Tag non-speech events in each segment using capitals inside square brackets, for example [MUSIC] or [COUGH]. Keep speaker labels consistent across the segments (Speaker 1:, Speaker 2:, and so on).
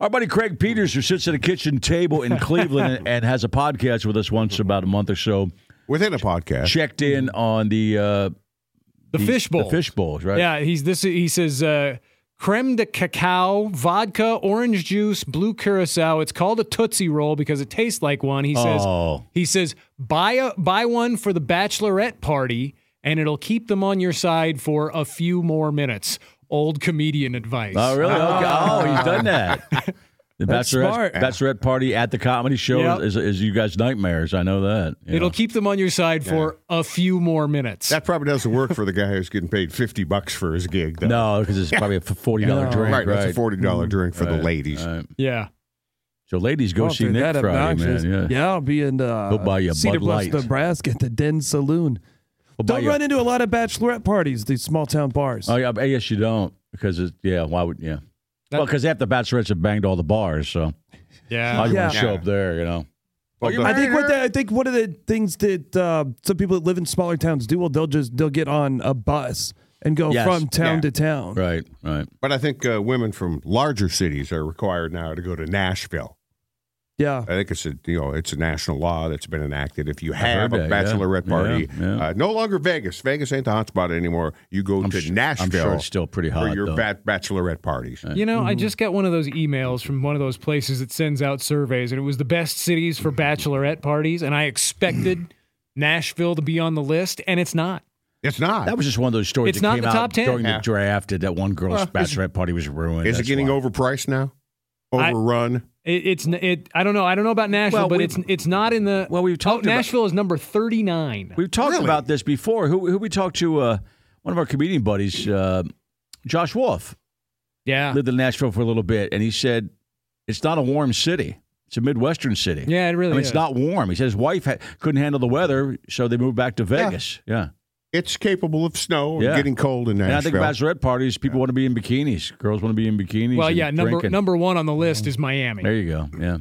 Speaker 1: Our buddy Craig Peters, who sits at a kitchen table in Cleveland and has a podcast with us once about a month or so,
Speaker 2: Within a podcast.
Speaker 1: checked in on the uh,
Speaker 3: The, fish bowl.
Speaker 1: The fish bowls, right?
Speaker 3: Yeah, he's this. He says uh, creme de cacao, vodka, orange juice, blue curacao. It's called a tootsie roll because it tastes like one. He says.
Speaker 1: Oh.
Speaker 3: He says buy a buy one for the bachelorette party, and it'll keep them on your side for a few more minutes. Old comedian advice.
Speaker 1: Oh, really? Okay. Oh, he's done that. The
Speaker 4: That's
Speaker 1: bachelorette,
Speaker 4: smart.
Speaker 1: bachelorette party at the comedy show
Speaker 3: Yep.
Speaker 1: is, is you guys' nightmares. I know that. Yeah.
Speaker 3: It'll keep them on your side for a few more minutes.
Speaker 2: That probably doesn't work for the guy who's getting paid 50 bucks for his gig, though.
Speaker 1: no, because it's probably a forty dollar drink,
Speaker 2: Right,
Speaker 1: right? Mm-hmm.
Speaker 2: that's a $40 drink for the
Speaker 1: Right,
Speaker 2: ladies.
Speaker 1: right.
Speaker 3: yeah.
Speaker 1: So, ladies, go
Speaker 4: Oh,
Speaker 1: see
Speaker 4: they're
Speaker 1: Nick
Speaker 4: that
Speaker 1: Friday,
Speaker 4: obnoxious.
Speaker 1: man. Yeah,
Speaker 4: I'll be in uh,
Speaker 1: Go buy you a
Speaker 4: Cedar
Speaker 1: Bud
Speaker 4: Bluffs,
Speaker 1: Light.
Speaker 4: Nebraska, at the Den Saloon.
Speaker 1: We'll buy
Speaker 4: Don't
Speaker 1: you-
Speaker 4: run into a lot of bachelorette parties. These small town bars.
Speaker 1: Oh yeah, I guess you don't because it's yeah. Why would yeah?
Speaker 3: That-
Speaker 1: well, because half the bachelorettes have banged all the bars, so
Speaker 3: Yeah.
Speaker 1: why do you want to
Speaker 4: Yeah.
Speaker 1: show up there? You know,
Speaker 2: Well,
Speaker 1: you're
Speaker 2: the-
Speaker 4: I
Speaker 1: married
Speaker 4: think what
Speaker 1: her?
Speaker 4: the, I think one of the things that uh, some people that live in smaller towns do well they'll just they'll get on a bus and go
Speaker 1: Yes.
Speaker 4: from town
Speaker 2: Yeah.
Speaker 4: to town.
Speaker 1: right, right.
Speaker 2: But I think uh, women from larger cities are required now to go to Nashville.
Speaker 4: Yeah.
Speaker 2: I think it's a you know it's a national law that's been enacted. If you
Speaker 1: heard
Speaker 2: have a
Speaker 1: that, yeah.
Speaker 2: bachelorette
Speaker 1: Yeah,
Speaker 2: party,
Speaker 1: yeah.
Speaker 2: Uh, no longer Vegas. Vegas ain't the hot spot anymore. You go
Speaker 1: I'm
Speaker 2: to
Speaker 1: su- I'm
Speaker 2: Nashville.
Speaker 1: sure it's still pretty
Speaker 2: for
Speaker 1: hot,
Speaker 2: your
Speaker 1: though.
Speaker 2: bat- bachelorette parties.
Speaker 3: You know,
Speaker 1: Mm.
Speaker 3: I just got one of those emails from one of those places that sends out surveys, and it was the best cities for bachelorette parties, and I
Speaker 1: [CLEARS THROAT]
Speaker 3: expected Nashville to be on the list, and it's not.
Speaker 2: It's not.
Speaker 1: That was just one of those stories
Speaker 3: It's
Speaker 1: that
Speaker 3: not
Speaker 1: came
Speaker 3: the
Speaker 1: out
Speaker 3: top 10.
Speaker 1: during
Speaker 2: Yeah.
Speaker 1: the draft. That that one girl's
Speaker 2: Well, is-
Speaker 1: bachelorette party was ruined.
Speaker 2: Is it
Speaker 1: That's
Speaker 2: getting
Speaker 1: why.
Speaker 2: overpriced now?
Speaker 3: I-
Speaker 2: Overrun.
Speaker 3: It, it's n- it. I don't know. I don't know about Nashville,
Speaker 1: Well,
Speaker 3: but
Speaker 1: we-
Speaker 3: it's it's not in the.
Speaker 1: Well, we've talked
Speaker 3: Oh,
Speaker 1: about-
Speaker 3: Nashville is number thirty nine.
Speaker 1: We've talked
Speaker 2: Really?
Speaker 1: about this before. Who who we talked to? Uh, one of our comedian buddies, uh, Josh Wolf,
Speaker 2: Ah.
Speaker 3: Yeah.
Speaker 1: lived in Nashville for a little bit, and he said it's not a warm city. It's a midwestern city.
Speaker 3: Yeah, it really
Speaker 1: I mean,
Speaker 3: is.
Speaker 1: it's not warm. He said his wife ha- couldn't handle the weather, so they moved back to Vegas. yeah.
Speaker 2: It's capable of snow and
Speaker 1: Yeah.
Speaker 2: getting cold in
Speaker 1: And I
Speaker 2: Nashville.
Speaker 1: think bachelorette parties, people want to be in bikinis. Girls want to be in bikinis.
Speaker 3: well,
Speaker 1: and
Speaker 3: yeah. Number
Speaker 1: drinking.
Speaker 3: number one on the list is Miami.
Speaker 1: There you go. Yeah,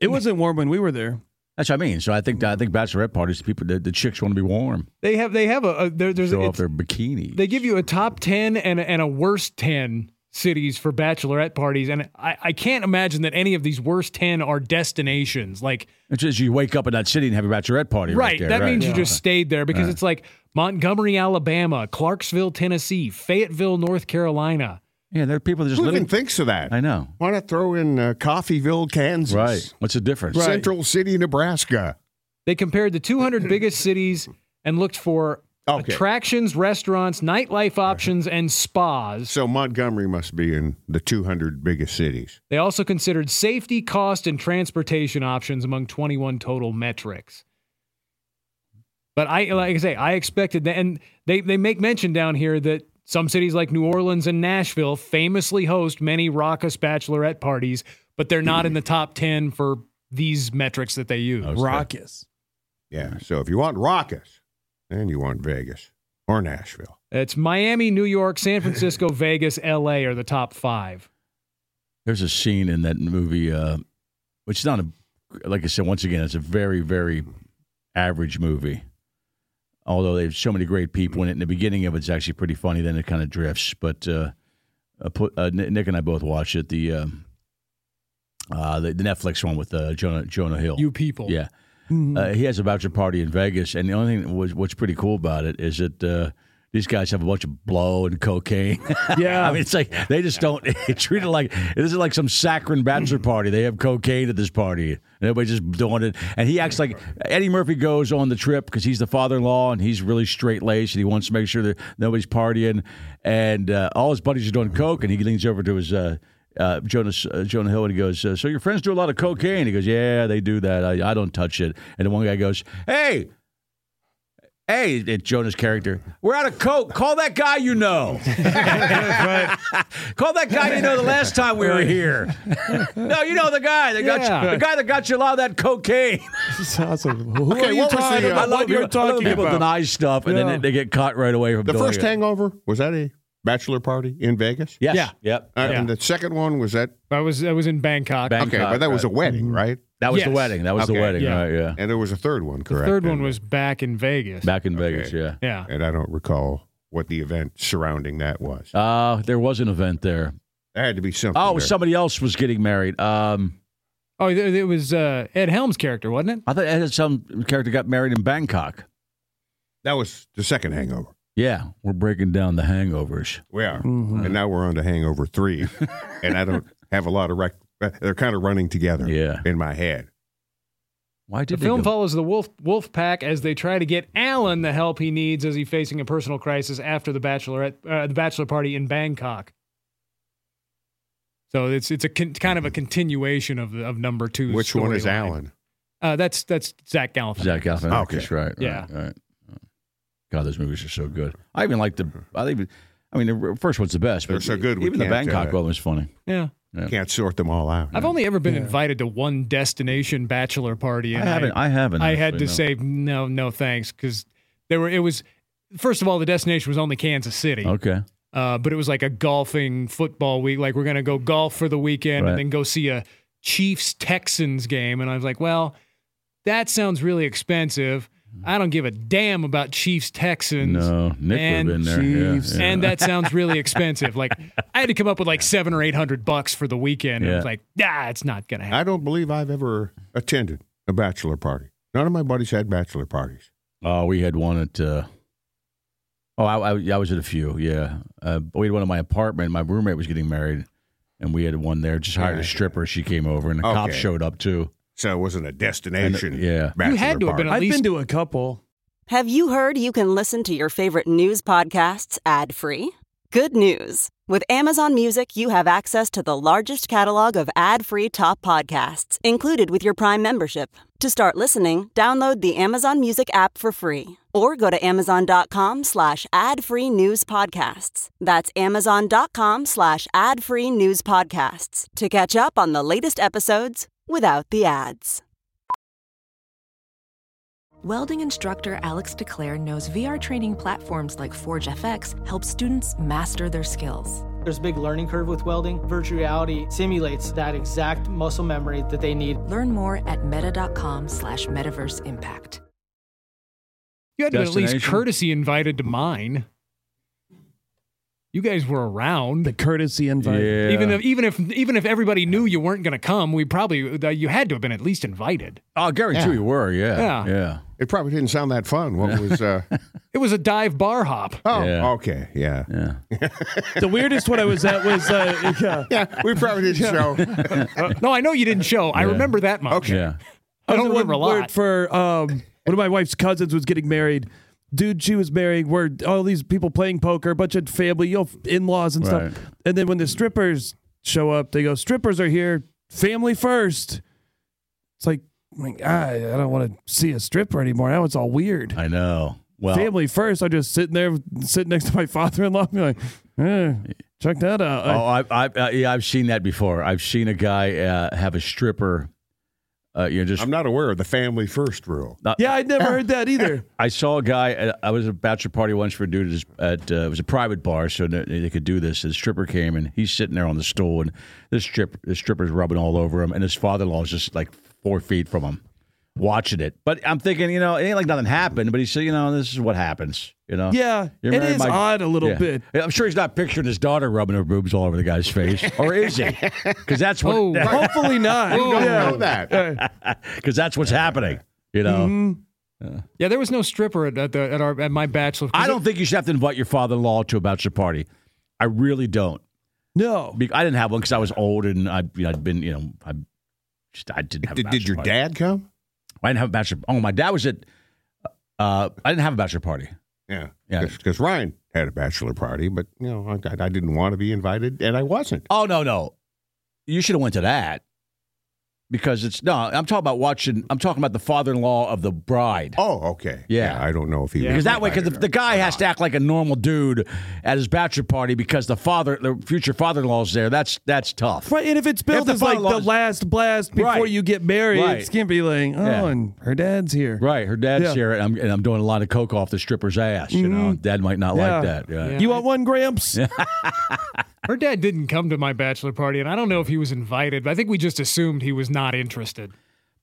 Speaker 4: It wasn't warm when we were
Speaker 1: [LAUGHS]
Speaker 4: there.
Speaker 1: that's what I mean. So I think I think bachelorette parties, people, the, the chicks want to be warm.
Speaker 3: They have they have a, a there, there's
Speaker 1: Show off
Speaker 3: it's,
Speaker 1: their bikini.
Speaker 3: they give you a top ten and a, and a worst ten cities for bachelorette parties, and I I can't imagine that any of these worst ten are destinations like.
Speaker 1: it's just you wake up in that city and have a bachelorette party. Right.
Speaker 3: Right.
Speaker 1: there,
Speaker 3: that
Speaker 1: right.
Speaker 3: means you just stayed there because it's like Montgomery, Alabama, Clarksville, Tennessee, Fayetteville, North Carolina.
Speaker 1: yeah. There are people that just
Speaker 2: Who even
Speaker 1: living.
Speaker 2: thinks of that?
Speaker 1: I know.
Speaker 2: Why not throw in uh, Coffeeville, Kansas?
Speaker 1: Right. What's the difference?
Speaker 2: Central City, Nebraska.
Speaker 3: They compared
Speaker 1: [CLEARS THROAT]
Speaker 3: the 200 biggest cities and looked for
Speaker 2: Okay.
Speaker 3: attractions, restaurants, nightlife options, and spas.
Speaker 2: So Montgomery must be in the 200 biggest cities.
Speaker 3: They also considered safety, cost, and transportation options among 21 total metrics. But I, like I say, I expected that, and they they make mention down here that some cities like New Orleans and Nashville famously host many raucous bachelorette parties, but they're not in the top 10 for these metrics that they use.
Speaker 4: Raucous.
Speaker 2: Yeah. So if you want raucous, then you want Vegas or Nashville.
Speaker 3: It's Miami, New York, San Francisco, [LAUGHS] Vegas, L.A. are the top five.
Speaker 1: There's a scene in that movie, uh, which is not a, like I said, once again, it's a very, very average movie. Although they have so many great people in it. In the beginning of it's actually pretty funny, then it kind of drifts. But uh, uh, put, uh, Ni- Nick and I both watched it. The um, uh, the, the Netflix one with uh, Jonah Jonah Hill.
Speaker 3: You people,
Speaker 1: Yeah. Uh, he has a bachelor party in Vegas, and the only thing that was, what's pretty cool about it is that uh, these guys have a bunch of blow and cocaine. [LAUGHS]
Speaker 4: Yeah. [LAUGHS]
Speaker 1: I mean, it's like they just don't [LAUGHS] they treat it like this is like some saccharine bachelor party. They have cocaine at this party, and everybody's just doing it. And he acts like Eddie Murphy goes on the trip because he's the father-in-law and he's really straight-laced and he wants to make sure that nobody's partying. And uh, all his buddies are doing coke, and he leans over to his. Uh, uh, Jonas uh, Jonah Hill and he goes. Uh, so your friends do a lot of cocaine. He goes, yeah, they do that. I, I don't touch it. And the one guy goes, hey, Hey, it's Jonah's character. We're out of coke. Call that guy you know. Call that guy you know the last time we were here. no, you know the guy that got
Speaker 3: Yeah.
Speaker 1: you, the guy that got you a lot of that cocaine.
Speaker 4: This is awesome. Who
Speaker 2: Okay,
Speaker 4: are you
Speaker 2: what was the,
Speaker 4: talking
Speaker 2: uh,
Speaker 4: about?
Speaker 2: I
Speaker 4: What you're
Speaker 1: people, I love
Speaker 4: talking
Speaker 1: people
Speaker 4: about?
Speaker 1: deny stuff and
Speaker 4: Yeah.
Speaker 1: then they get caught right away from
Speaker 2: The
Speaker 1: doing
Speaker 2: first
Speaker 1: it.
Speaker 2: hangover, was that a bachelor party in Vegas?
Speaker 1: Yes.
Speaker 3: Yeah.
Speaker 1: Yep.
Speaker 2: Uh,
Speaker 3: Yeah.
Speaker 2: And the second one was that
Speaker 3: I was I was in Bangkok.
Speaker 1: Bangkok,
Speaker 2: okay, but that was a
Speaker 1: right.
Speaker 2: wedding, right?
Speaker 1: that was
Speaker 3: Yes.
Speaker 1: the wedding. That was the
Speaker 2: Okay.
Speaker 1: wedding,
Speaker 3: Yeah.
Speaker 1: right? Yeah.
Speaker 2: And there was a third one,
Speaker 3: the
Speaker 2: correct?
Speaker 3: third one
Speaker 2: And-
Speaker 3: was back in Vegas.
Speaker 1: Back in Vegas, yeah.
Speaker 3: Yeah.
Speaker 2: and I don't recall what the event surrounding that was.
Speaker 1: Uh, there was an event there.
Speaker 2: There had to be something.
Speaker 1: Oh,
Speaker 2: there.
Speaker 1: somebody else was getting married. Um,
Speaker 3: Oh, it it was uh, Ed Helms' character, wasn't it?
Speaker 1: I thought I had some character got married in Bangkok.
Speaker 2: that was the second hangover.
Speaker 1: Yeah, we're breaking down the hangovers.
Speaker 2: We are,
Speaker 1: Mm-hmm.
Speaker 2: and now we're on to
Speaker 1: [LAUGHS]
Speaker 2: Hangover Three, and I don't have a lot of rec. They're kind of running together,
Speaker 1: Yeah.
Speaker 2: in my head.
Speaker 1: Why
Speaker 3: The
Speaker 1: did they
Speaker 3: film
Speaker 1: go-
Speaker 3: follows the wolf wolf pack as they try to get Alan the help he needs as he's facing a personal crisis after the bachelorette uh, the bachelor party in Bangkok. So it's it's a con- kind of a continuation of the, of number two.
Speaker 2: Which one is
Speaker 3: Alan?
Speaker 2: Alan?
Speaker 3: Uh, that's that's Zach Galifianakis.
Speaker 1: Zach Galifianakis,
Speaker 2: Oh, Okay.
Speaker 1: right, right?
Speaker 3: Yeah.
Speaker 1: Right, God, those movies are so good. I even like the. I even. I mean, the first one's the best.
Speaker 2: They're
Speaker 1: but
Speaker 2: so good, we
Speaker 1: Even the
Speaker 2: can't,
Speaker 1: Bangkok
Speaker 2: uh,
Speaker 1: one was funny.
Speaker 3: Yeah.
Speaker 2: Can't sort them all out.
Speaker 3: I've only ever been invited to one destination bachelor party.
Speaker 1: I
Speaker 3: And
Speaker 1: haven't. I, haven't.
Speaker 3: I had to
Speaker 1: actually, no.
Speaker 3: say no, no thanks because there were. It was first of all the destination was only Kansas City,
Speaker 1: Okay.
Speaker 3: uh, but it was like a golfing football week. Like we're gonna go golf for the weekend
Speaker 1: Right.
Speaker 3: and then go see a Chiefs Texans game. And I was like, well, that sounds really expensive. I don't give a damn about Chiefs Texans.
Speaker 1: No, Nick
Speaker 3: And
Speaker 1: would have been there.
Speaker 4: Chiefs.
Speaker 1: Yeah, yeah.
Speaker 3: And that
Speaker 1: [LAUGHS]
Speaker 3: sounds really expensive. Like I had to come up with like seven or eight hundred bucks for the weekend. And I was
Speaker 1: Yeah.
Speaker 3: like, nah, it's not gonna happen.
Speaker 2: I don't believe I've ever attended a bachelor party. None of my buddies had bachelor parties.
Speaker 1: Oh, we had one at. Uh, oh, I, I, I was at a few. Yeah, uh, we had one at my apartment. My roommate was getting married, and we had one there. Just hired a
Speaker 2: Right.
Speaker 1: stripper. She came over, and the cops
Speaker 2: Okay.
Speaker 1: showed up too.
Speaker 2: So it wasn't a destination.
Speaker 1: And, uh, yeah. You
Speaker 2: bachelor
Speaker 3: had to have
Speaker 2: party.
Speaker 3: been at
Speaker 4: I've
Speaker 3: least-
Speaker 4: been to a couple.
Speaker 5: Have you heard you can listen to your favorite news podcasts ad free? Good news! With Amazon Music, you have access to the largest catalog of ad free top podcasts included with your Prime membership. To start listening, download the Amazon Music app for free or go to amazon.com slash ad free news podcasts. That's amazon.com slash ad free news podcasts to catch up on the latest episodes without the ads.
Speaker 6: Welding instructor Alex DeClaire knows VR training platforms like Forge FX help students master their skills.
Speaker 7: There's a big learning curve with welding. Virtual reality simulates that exact muscle memory that they need.
Speaker 6: Learn more at meta.com slash metaverse impact.
Speaker 3: You had to have been at least
Speaker 1: Destination?
Speaker 3: courtesy invited to mine. You guys were around.
Speaker 4: The courtesy invite.
Speaker 1: Yeah.
Speaker 3: Even if even if even if everybody knew you weren't going to come, we probably uh, you had to have been at least invited.
Speaker 1: oh, I guarantee
Speaker 2: Yeah.
Speaker 1: you were. Yeah.
Speaker 3: Yeah.
Speaker 1: Yeah.
Speaker 2: It probably didn't sound that fun. What was?
Speaker 1: [LAUGHS]
Speaker 2: Uh,
Speaker 3: It was a dive bar hop.
Speaker 2: oh,
Speaker 1: Yeah.
Speaker 2: okay, yeah,
Speaker 1: Yeah.
Speaker 4: The weirdest one I was at was uh, [LAUGHS] yeah.
Speaker 2: yeah. We probably
Speaker 1: [LAUGHS]
Speaker 2: didn't show.
Speaker 3: No, I know you didn't show. I remember that much.
Speaker 2: Okay.
Speaker 1: Yeah.
Speaker 3: I don't
Speaker 4: was at
Speaker 3: remember a
Speaker 4: one where-
Speaker 3: lot.
Speaker 4: For um, one of my wife's cousins was getting married. Dude, she was married. Where all these people playing poker, a bunch of family, you know, in-laws and
Speaker 1: Right.
Speaker 4: stuff. And then when the strippers show up, they go, "Strippers are here, family first. It's like, I'm like, "Ah, I don't want to see a stripper anymore. Now it's all weird.
Speaker 1: I know. Well,
Speaker 4: family first. I'm just sitting there, sitting next to my father-in-law, and be like, eh, check that out.
Speaker 1: Oh, I, I, uh, yeah, I've seen that before. I've seen a guy uh, have a stripper. Uh, you know, just
Speaker 2: I'm not aware of the family first rule.
Speaker 4: yeah, I'd never heard
Speaker 1: [LAUGHS]
Speaker 4: that either.
Speaker 1: I saw a guy. at- I was at a bachelor party once for a dude at, at uh, it was a private bar, so they, they could do this. The stripper came and he's sitting there on the stool, and this strip, the stripper's rubbing all over him, and his father-in-law is just like four feet from him, watching it. But I'm thinking, you know, it ain't like nothing happened. But he said, you know, this is what happens. You know,
Speaker 4: Yeah,
Speaker 1: You're
Speaker 4: it
Speaker 1: married,
Speaker 4: is
Speaker 1: Mike.
Speaker 4: odd a little
Speaker 1: Yeah.
Speaker 4: bit.
Speaker 1: Yeah, I'm sure he's not picturing his daughter rubbing her boobs all over the guy's face, or is he? Because that's
Speaker 3: Oh,
Speaker 1: what
Speaker 4: Hopefully
Speaker 2: [LAUGHS]
Speaker 4: not.
Speaker 2: I
Speaker 4: Yeah.
Speaker 2: don't know that.
Speaker 1: because that's what's happening. You know,
Speaker 2: Mm-hmm.
Speaker 3: Yeah, there was no stripper at, at the at our at my bachelor. 'cause
Speaker 1: I don't think you should have to invite your father-in-law to a bachelor party. I really don't.
Speaker 4: No.
Speaker 1: Be- I didn't have one because I was old and I, you know, I'd been, you know, I just I didn't have. a
Speaker 2: Did, did
Speaker 1: bachelor
Speaker 2: your
Speaker 1: party.
Speaker 2: dad come?
Speaker 1: I didn't have a bachelor. Oh, my dad was at. Uh, I didn't have a bachelor party.
Speaker 2: Yeah,
Speaker 1: Yeah.
Speaker 2: Because Ryan had a bachelor party, but you know, I, I didn't want to be invited, and I wasn't.
Speaker 1: Oh no no, you should have went to that. because it's no. I'm talking about watching. I'm talking about the father-in-law of the bride.
Speaker 2: Oh, okay.
Speaker 1: Yeah.
Speaker 2: I don't know if he
Speaker 1: Because that way, because the, the guy has to act like a normal dude at his bachelor party because the father, the future father-in-law's there. That's that's tough.
Speaker 4: Right, and if it's
Speaker 1: If
Speaker 4: built
Speaker 1: the
Speaker 4: as like the
Speaker 1: bylaws-
Speaker 4: last blast before
Speaker 1: Right.
Speaker 4: you get married,
Speaker 1: Right.
Speaker 4: it's gonna be like, oh,
Speaker 1: Yeah.
Speaker 4: and her dad's here.
Speaker 1: Right, her dad's
Speaker 4: Yeah.
Speaker 1: here, and I'm, and I'm doing a lot of coke off the stripper's ass. You know,
Speaker 3: Mm-hmm.
Speaker 1: dad might not
Speaker 4: Yeah.
Speaker 1: like that. Yeah.
Speaker 4: You want one, Gramps?
Speaker 3: Her dad didn't come to my bachelor party, and I don't know if he was invited, but I think we just assumed he was not interested.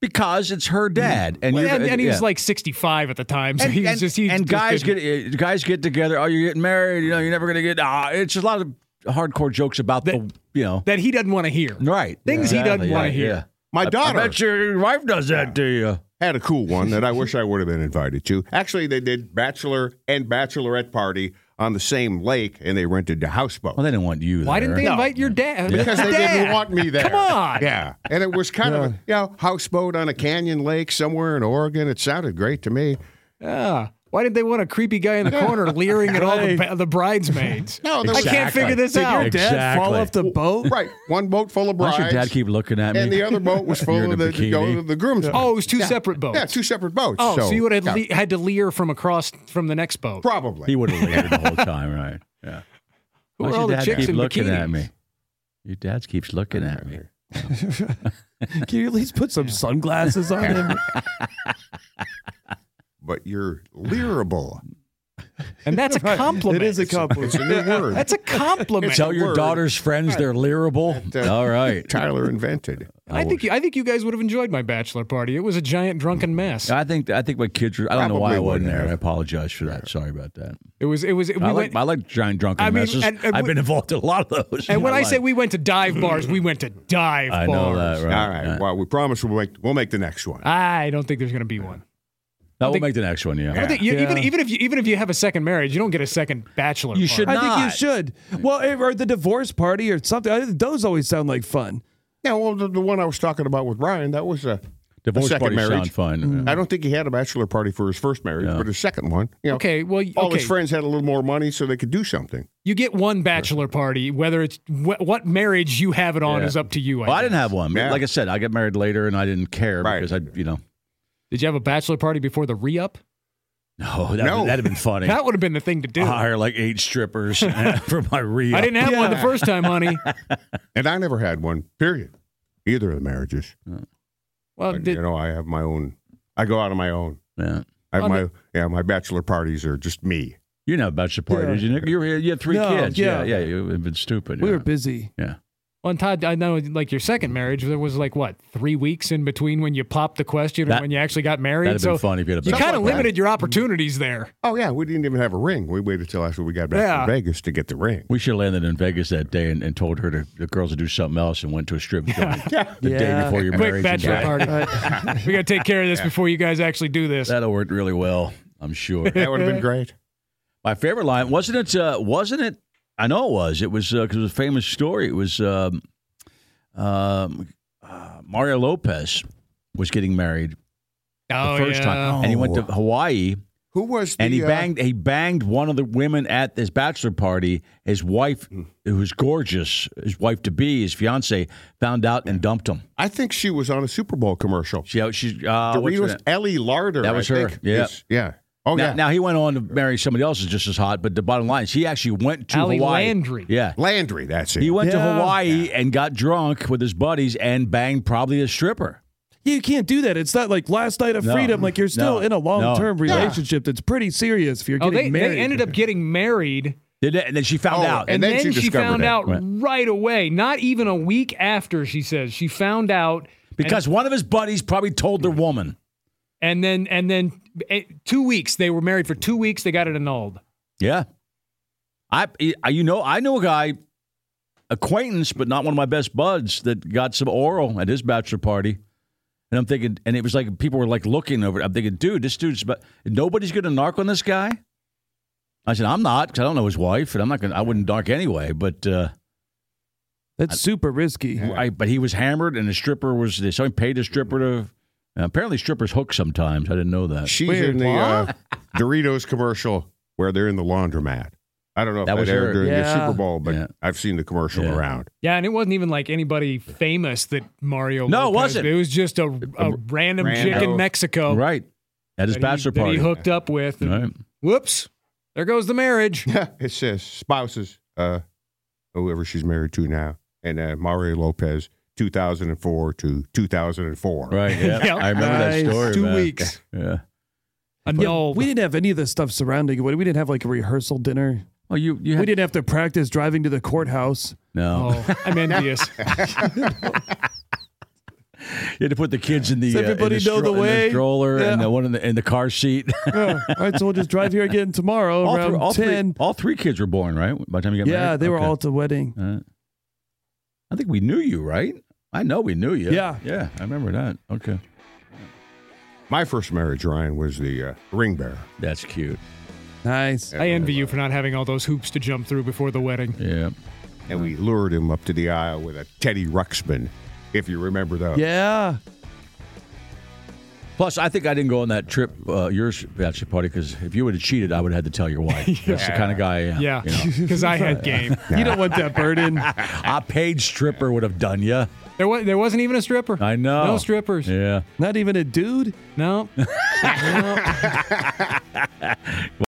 Speaker 1: because it's her dad, and
Speaker 3: And,
Speaker 1: you're-
Speaker 3: and he was
Speaker 1: yeah.
Speaker 3: like 65 at the time, so
Speaker 1: And,
Speaker 3: he was
Speaker 1: and-
Speaker 3: just he
Speaker 1: and
Speaker 3: just
Speaker 1: guys
Speaker 3: didn't-
Speaker 1: get uh, guys get together. Oh, you're getting married. You know, you're never gonna get. Ah, it's a lot of hardcore jokes about the you know
Speaker 3: that he doesn't want to hear.
Speaker 1: right
Speaker 3: Things he doesn't wanna
Speaker 1: yeah,
Speaker 3: hear.
Speaker 1: yeah.
Speaker 2: My daughter
Speaker 1: I bet your wife does that to you.
Speaker 2: had a cool one that I wish I would have been invited to. Actually, they did bachelor and bachelorette party on the same lake, and they rented a houseboat.
Speaker 1: Well, they didn't want you.
Speaker 3: Why
Speaker 1: there.
Speaker 3: didn't they invite your dad?
Speaker 2: because they didn't want me there.
Speaker 3: Come on.
Speaker 2: Yeah. And it was kind of a you know, houseboat on a canyon lake somewhere in Oregon. It sounded great to me.
Speaker 3: Yeah. Why did they want a creepy guy in the corner leering at all the, ba- the bridesmaids?
Speaker 2: No, there
Speaker 3: I
Speaker 2: was-
Speaker 3: can't figure this
Speaker 1: Did your
Speaker 3: out.
Speaker 4: Dad fall
Speaker 1: Exactly.
Speaker 4: off the boat.
Speaker 2: Right. One boat full of
Speaker 1: Why
Speaker 2: brides.
Speaker 1: does your dad keep looking at me?
Speaker 2: and the other boat was
Speaker 1: [LAUGHS] You're
Speaker 2: full
Speaker 1: in
Speaker 2: of
Speaker 1: a
Speaker 2: the,
Speaker 1: bikini.
Speaker 2: the, the groomsmen.
Speaker 3: Oh, it was two separate boats.
Speaker 2: Yeah, two separate boats.
Speaker 3: Oh, so, you would have
Speaker 2: yeah,
Speaker 3: le- had to leer from across from the next boat.
Speaker 2: probably.
Speaker 1: He would have layered the
Speaker 3: [LAUGHS]
Speaker 1: whole time, right? Yeah.
Speaker 3: Who
Speaker 1: Why's
Speaker 3: are
Speaker 1: your
Speaker 3: all the
Speaker 1: dad
Speaker 3: chicks
Speaker 1: keep
Speaker 3: in
Speaker 1: looking at
Speaker 3: bikinis?
Speaker 1: me? Your dad keeps looking at me.
Speaker 4: Can you at least put some sunglasses on
Speaker 1: [LAUGHS]
Speaker 4: him?
Speaker 2: but you're leerable.
Speaker 3: And that's a compliment.
Speaker 4: it is a
Speaker 2: It's
Speaker 4: compliment.
Speaker 2: a [LAUGHS] new word.
Speaker 3: [LAUGHS] That's a compliment.
Speaker 2: It's
Speaker 1: Tell
Speaker 2: the
Speaker 1: your
Speaker 2: word
Speaker 1: daughter's friends they're learable.
Speaker 2: that, uh,
Speaker 1: All
Speaker 3: [LAUGHS]
Speaker 1: right.
Speaker 2: Tyler invented.
Speaker 3: I think you, I think you guys would have enjoyed my bachelor party. It was a giant drunken mess.
Speaker 1: I think I think my kids. Were, I don't know why I
Speaker 2: Probably
Speaker 1: wasn't
Speaker 2: wouldn't
Speaker 1: there. I
Speaker 2: have.
Speaker 1: apologize for that. Sorry about that.
Speaker 3: It was it was we
Speaker 1: I like
Speaker 3: went,
Speaker 1: I like giant drunken
Speaker 3: I mean,
Speaker 1: messes.
Speaker 3: and- and
Speaker 1: I've
Speaker 3: we-
Speaker 1: been involved in a lot of those. in
Speaker 3: and when
Speaker 1: my
Speaker 3: I say
Speaker 1: life.
Speaker 3: we went to dive bars, we went to dive
Speaker 1: I know
Speaker 3: bars.
Speaker 1: that. Right.
Speaker 2: All right.
Speaker 1: Yeah.
Speaker 2: Well, we promise we'll make we'll make the next one.
Speaker 3: I don't think there's going to be one.
Speaker 1: Now, we'll
Speaker 3: think-
Speaker 1: make the next one. Yeah.
Speaker 3: I think you, even even if you, even if you have a second marriage, you don't get a second bachelor.
Speaker 1: You
Speaker 3: party.
Speaker 1: should
Speaker 4: I think you
Speaker 1: not.
Speaker 4: should. Well, or the divorce party or something. I- Those always sound like fun.
Speaker 2: Yeah, well, the, the one I was talking about with Ryan, that was a
Speaker 1: Divorce
Speaker 2: second
Speaker 1: parties
Speaker 2: marriage.
Speaker 1: sound fun.
Speaker 3: Mm-hmm.
Speaker 2: I don't think he had a bachelor party for his first marriage, but his second one. You know,
Speaker 3: Okay, well,
Speaker 2: all
Speaker 3: okay.
Speaker 2: his friends had a little more money, so they could do something.
Speaker 3: You get one bachelor party, whether it's wh- what marriage you have it on
Speaker 1: Yeah.
Speaker 3: is up to you. I
Speaker 1: Well, I
Speaker 3: guess.
Speaker 1: didn't have one.
Speaker 2: Yeah.
Speaker 1: Like I said, I got married later, and I didn't care
Speaker 2: Right.
Speaker 1: because I, you know, [LAUGHS]
Speaker 3: Did you have a bachelor party before the re-up?
Speaker 1: no, that,
Speaker 2: No.
Speaker 1: that'd have been funny.
Speaker 3: That would have been the thing to do.
Speaker 1: I hire like eight
Speaker 3: [LAUGHS]
Speaker 1: strippers [LAUGHS] for my re.
Speaker 3: I didn't have one the
Speaker 4: Yeah.
Speaker 3: first
Speaker 1: [LAUGHS]
Speaker 3: time, honey.
Speaker 2: And I never had one. Period. Either of the marriages.
Speaker 3: Well,
Speaker 2: But,
Speaker 3: Oh, did,
Speaker 2: you know, I have my own. I go out on my own.
Speaker 1: Yeah.
Speaker 2: I have
Speaker 3: On
Speaker 2: my yeah. My bachelor parties are just me.
Speaker 1: You didn't have a bachelor party,
Speaker 4: Yeah.
Speaker 1: did you? Nick? You, were, you had three
Speaker 4: No,
Speaker 1: kids. Yeah, yeah.
Speaker 4: yeah.
Speaker 1: You would have been stupid.
Speaker 4: We
Speaker 1: yeah.
Speaker 4: were busy.
Speaker 1: yeah.
Speaker 3: well, and Todd, I know like your second marriage, there was like what three weeks in between when you popped the question
Speaker 1: That-
Speaker 3: and when you actually got married.
Speaker 1: That'd have
Speaker 3: so
Speaker 1: been fun if you had a
Speaker 3: you
Speaker 1: bachelor
Speaker 3: kind of
Speaker 1: party.
Speaker 3: limited your opportunities there.
Speaker 2: Oh yeah, we didn't even have a ring. We waited till after we got back
Speaker 3: Yeah.
Speaker 2: from Vegas to get the ring.
Speaker 1: We should have landed in Vegas that day and, and told her to, the girls to do something else and went to a strip
Speaker 3: [LAUGHS]
Speaker 1: joint the day
Speaker 4: Yeah.
Speaker 1: before your
Speaker 3: Quick
Speaker 1: marriage.
Speaker 3: bachelor
Speaker 1: and died.
Speaker 3: party. [LAUGHS] we got to take care of this before you guys actually do this.
Speaker 1: That'll work really well, I'm
Speaker 3: [LAUGHS]
Speaker 1: sure.
Speaker 2: That would have [LAUGHS] been great.
Speaker 1: My favorite line wasn't it? Uh, wasn't it? I know it was. It was because it was a famous story. It was um, um, uh, Mario Lopez was getting married
Speaker 3: oh,
Speaker 1: the first
Speaker 3: yeah.
Speaker 1: time, Oh, and he went to Hawaii.
Speaker 2: Who was the,
Speaker 1: and he
Speaker 2: uh,
Speaker 1: banged he banged one of the women at this bachelor party. His wife, who was gorgeous, his wife to be, his fiance, found out and dumped him.
Speaker 2: I think she was on a Super Bowl commercial.
Speaker 1: She she uh, what's her
Speaker 2: Doritos
Speaker 1: name?
Speaker 2: Ellie Larder.
Speaker 1: That was
Speaker 2: I
Speaker 1: her.
Speaker 2: think,
Speaker 1: Yeah.
Speaker 2: is- yeah. Oh
Speaker 1: now,
Speaker 2: yeah.
Speaker 1: now he went on to marry somebody else who's just as hot. But the bottom line is he actually went to
Speaker 3: Ally
Speaker 1: Hawaii.
Speaker 3: Landry.
Speaker 1: Yeah.
Speaker 2: Landry. That's it.
Speaker 1: He went to
Speaker 4: Yeah.
Speaker 1: Hawaii and got drunk with his buddies and banged probably a stripper.
Speaker 4: You can't do that. It's not like last night of
Speaker 1: No.
Speaker 4: freedom. Like you're still
Speaker 1: No.
Speaker 4: in a long term
Speaker 1: No.
Speaker 4: relationship that's pretty serious if you're
Speaker 3: Oh,
Speaker 4: getting
Speaker 3: they,
Speaker 4: married.
Speaker 3: they ended up getting married,
Speaker 1: Did that- And then she found
Speaker 2: Oh,
Speaker 1: out.
Speaker 2: and
Speaker 3: and,
Speaker 2: then
Speaker 3: then,
Speaker 2: she
Speaker 3: she,
Speaker 2: discovered
Speaker 3: found
Speaker 2: it.
Speaker 3: out
Speaker 1: Right.
Speaker 3: right. away. Not even a week after, she says she found out,
Speaker 1: because one of his buddies probably told their woman.
Speaker 3: and then and then eh, two weeks they were married for two weeks. They got it annulled.
Speaker 1: Yeah. I, I you know I know a guy acquaintance but not one of my best buds that got some oral at his bachelor party. And I'm thinking and it was like people were like looking over it. I'm thinking dude this dude's about, nobody's going to narc on this guy. I said I'm not cuz I don't know his wife and I'm not going to I wouldn't narc anyway but uh
Speaker 4: That's super risky.
Speaker 1: I, but he was hammered and the stripper was they somebody paid a stripper to apparently strippers hook sometimes. I didn't know that.
Speaker 2: She's in the uh, Doritos commercial where they're in the laundromat. I don't know if
Speaker 1: That
Speaker 2: that,
Speaker 1: was
Speaker 2: aired
Speaker 1: her.
Speaker 2: during
Speaker 4: Yeah.
Speaker 2: the Super Bowl, but
Speaker 1: Yeah.
Speaker 2: I've seen the commercial
Speaker 1: Yeah.
Speaker 2: around.
Speaker 3: Yeah, and it wasn't even like anybody famous that Mario.
Speaker 1: No, it
Speaker 3: Lopez-
Speaker 1: wasn't.
Speaker 3: It was just a, a
Speaker 1: r-
Speaker 3: random
Speaker 2: rando.
Speaker 3: chick in Mexico.
Speaker 1: right at his
Speaker 3: oh. that he-
Speaker 1: bachelor
Speaker 3: that
Speaker 1: party.
Speaker 3: he hooked up with. and-
Speaker 1: Right.
Speaker 3: Whoops! There goes the marriage.
Speaker 2: [LAUGHS] it says spouses, uh, whoever she's married to now, and uh, Mario Lopez, 2004 to 2004.
Speaker 3: [LAUGHS]
Speaker 1: Right. Yeah.
Speaker 3: Yeah.
Speaker 1: I remember
Speaker 4: Nice.
Speaker 1: that story.
Speaker 3: Two
Speaker 1: man. [LAUGHS]
Speaker 3: weeks.
Speaker 1: Yeah.
Speaker 3: I'm old.
Speaker 4: We didn't have any of the stuff surrounding it. We didn't have like a rehearsal dinner.
Speaker 1: Well, Oh, you you
Speaker 4: We
Speaker 1: had,
Speaker 4: didn't have to practice driving to the
Speaker 1: [LAUGHS]
Speaker 4: courthouse.
Speaker 1: no.
Speaker 3: Oh, I'm envious.
Speaker 1: [LAUGHS] You had to put the kids in the,
Speaker 4: Does
Speaker 1: uh, in
Speaker 4: everybody know the
Speaker 1: in
Speaker 4: way?
Speaker 1: stroller and
Speaker 4: Yeah.
Speaker 1: the one in the in the car
Speaker 4: [LAUGHS]
Speaker 1: seat.
Speaker 4: Yeah. All right, so we'll just drive here again tomorrow
Speaker 1: all,
Speaker 4: around
Speaker 1: three, all,
Speaker 4: ten.
Speaker 1: three, all three kids were born, right? By the time you got married.
Speaker 4: yeah, they were
Speaker 1: Okay.
Speaker 4: all at the wedding.
Speaker 1: All right. I think we knew you, right? I know we knew you.
Speaker 4: Yeah.
Speaker 1: Yeah. I remember that. Okay.
Speaker 2: My first marriage, Ryan, was the uh, ring bearer.
Speaker 1: That's cute.
Speaker 4: Nice.
Speaker 3: I envy you for not having all those hoops to jump through before the wedding.
Speaker 1: Yeah.
Speaker 2: And we lured him up to the aisle with a Teddy Ruxpin, if you remember those.
Speaker 4: Yeah.
Speaker 1: Plus, I think I didn't go on that trip, uh, yours bachelor party, because if you would have cheated, I would have had to tell your
Speaker 4: [LAUGHS]
Speaker 1: wife. That's the kind of guy I am.
Speaker 3: Yeah,
Speaker 1: you know?
Speaker 3: because I
Speaker 1: [LAUGHS]
Speaker 3: had game.
Speaker 4: You don't want that burden.
Speaker 1: a paid stripper would have done you.
Speaker 3: There was there wasn't even a stripper.
Speaker 1: I know.
Speaker 3: No strippers.
Speaker 1: Yeah. [LAUGHS]
Speaker 4: Not even a dude.
Speaker 3: No. no.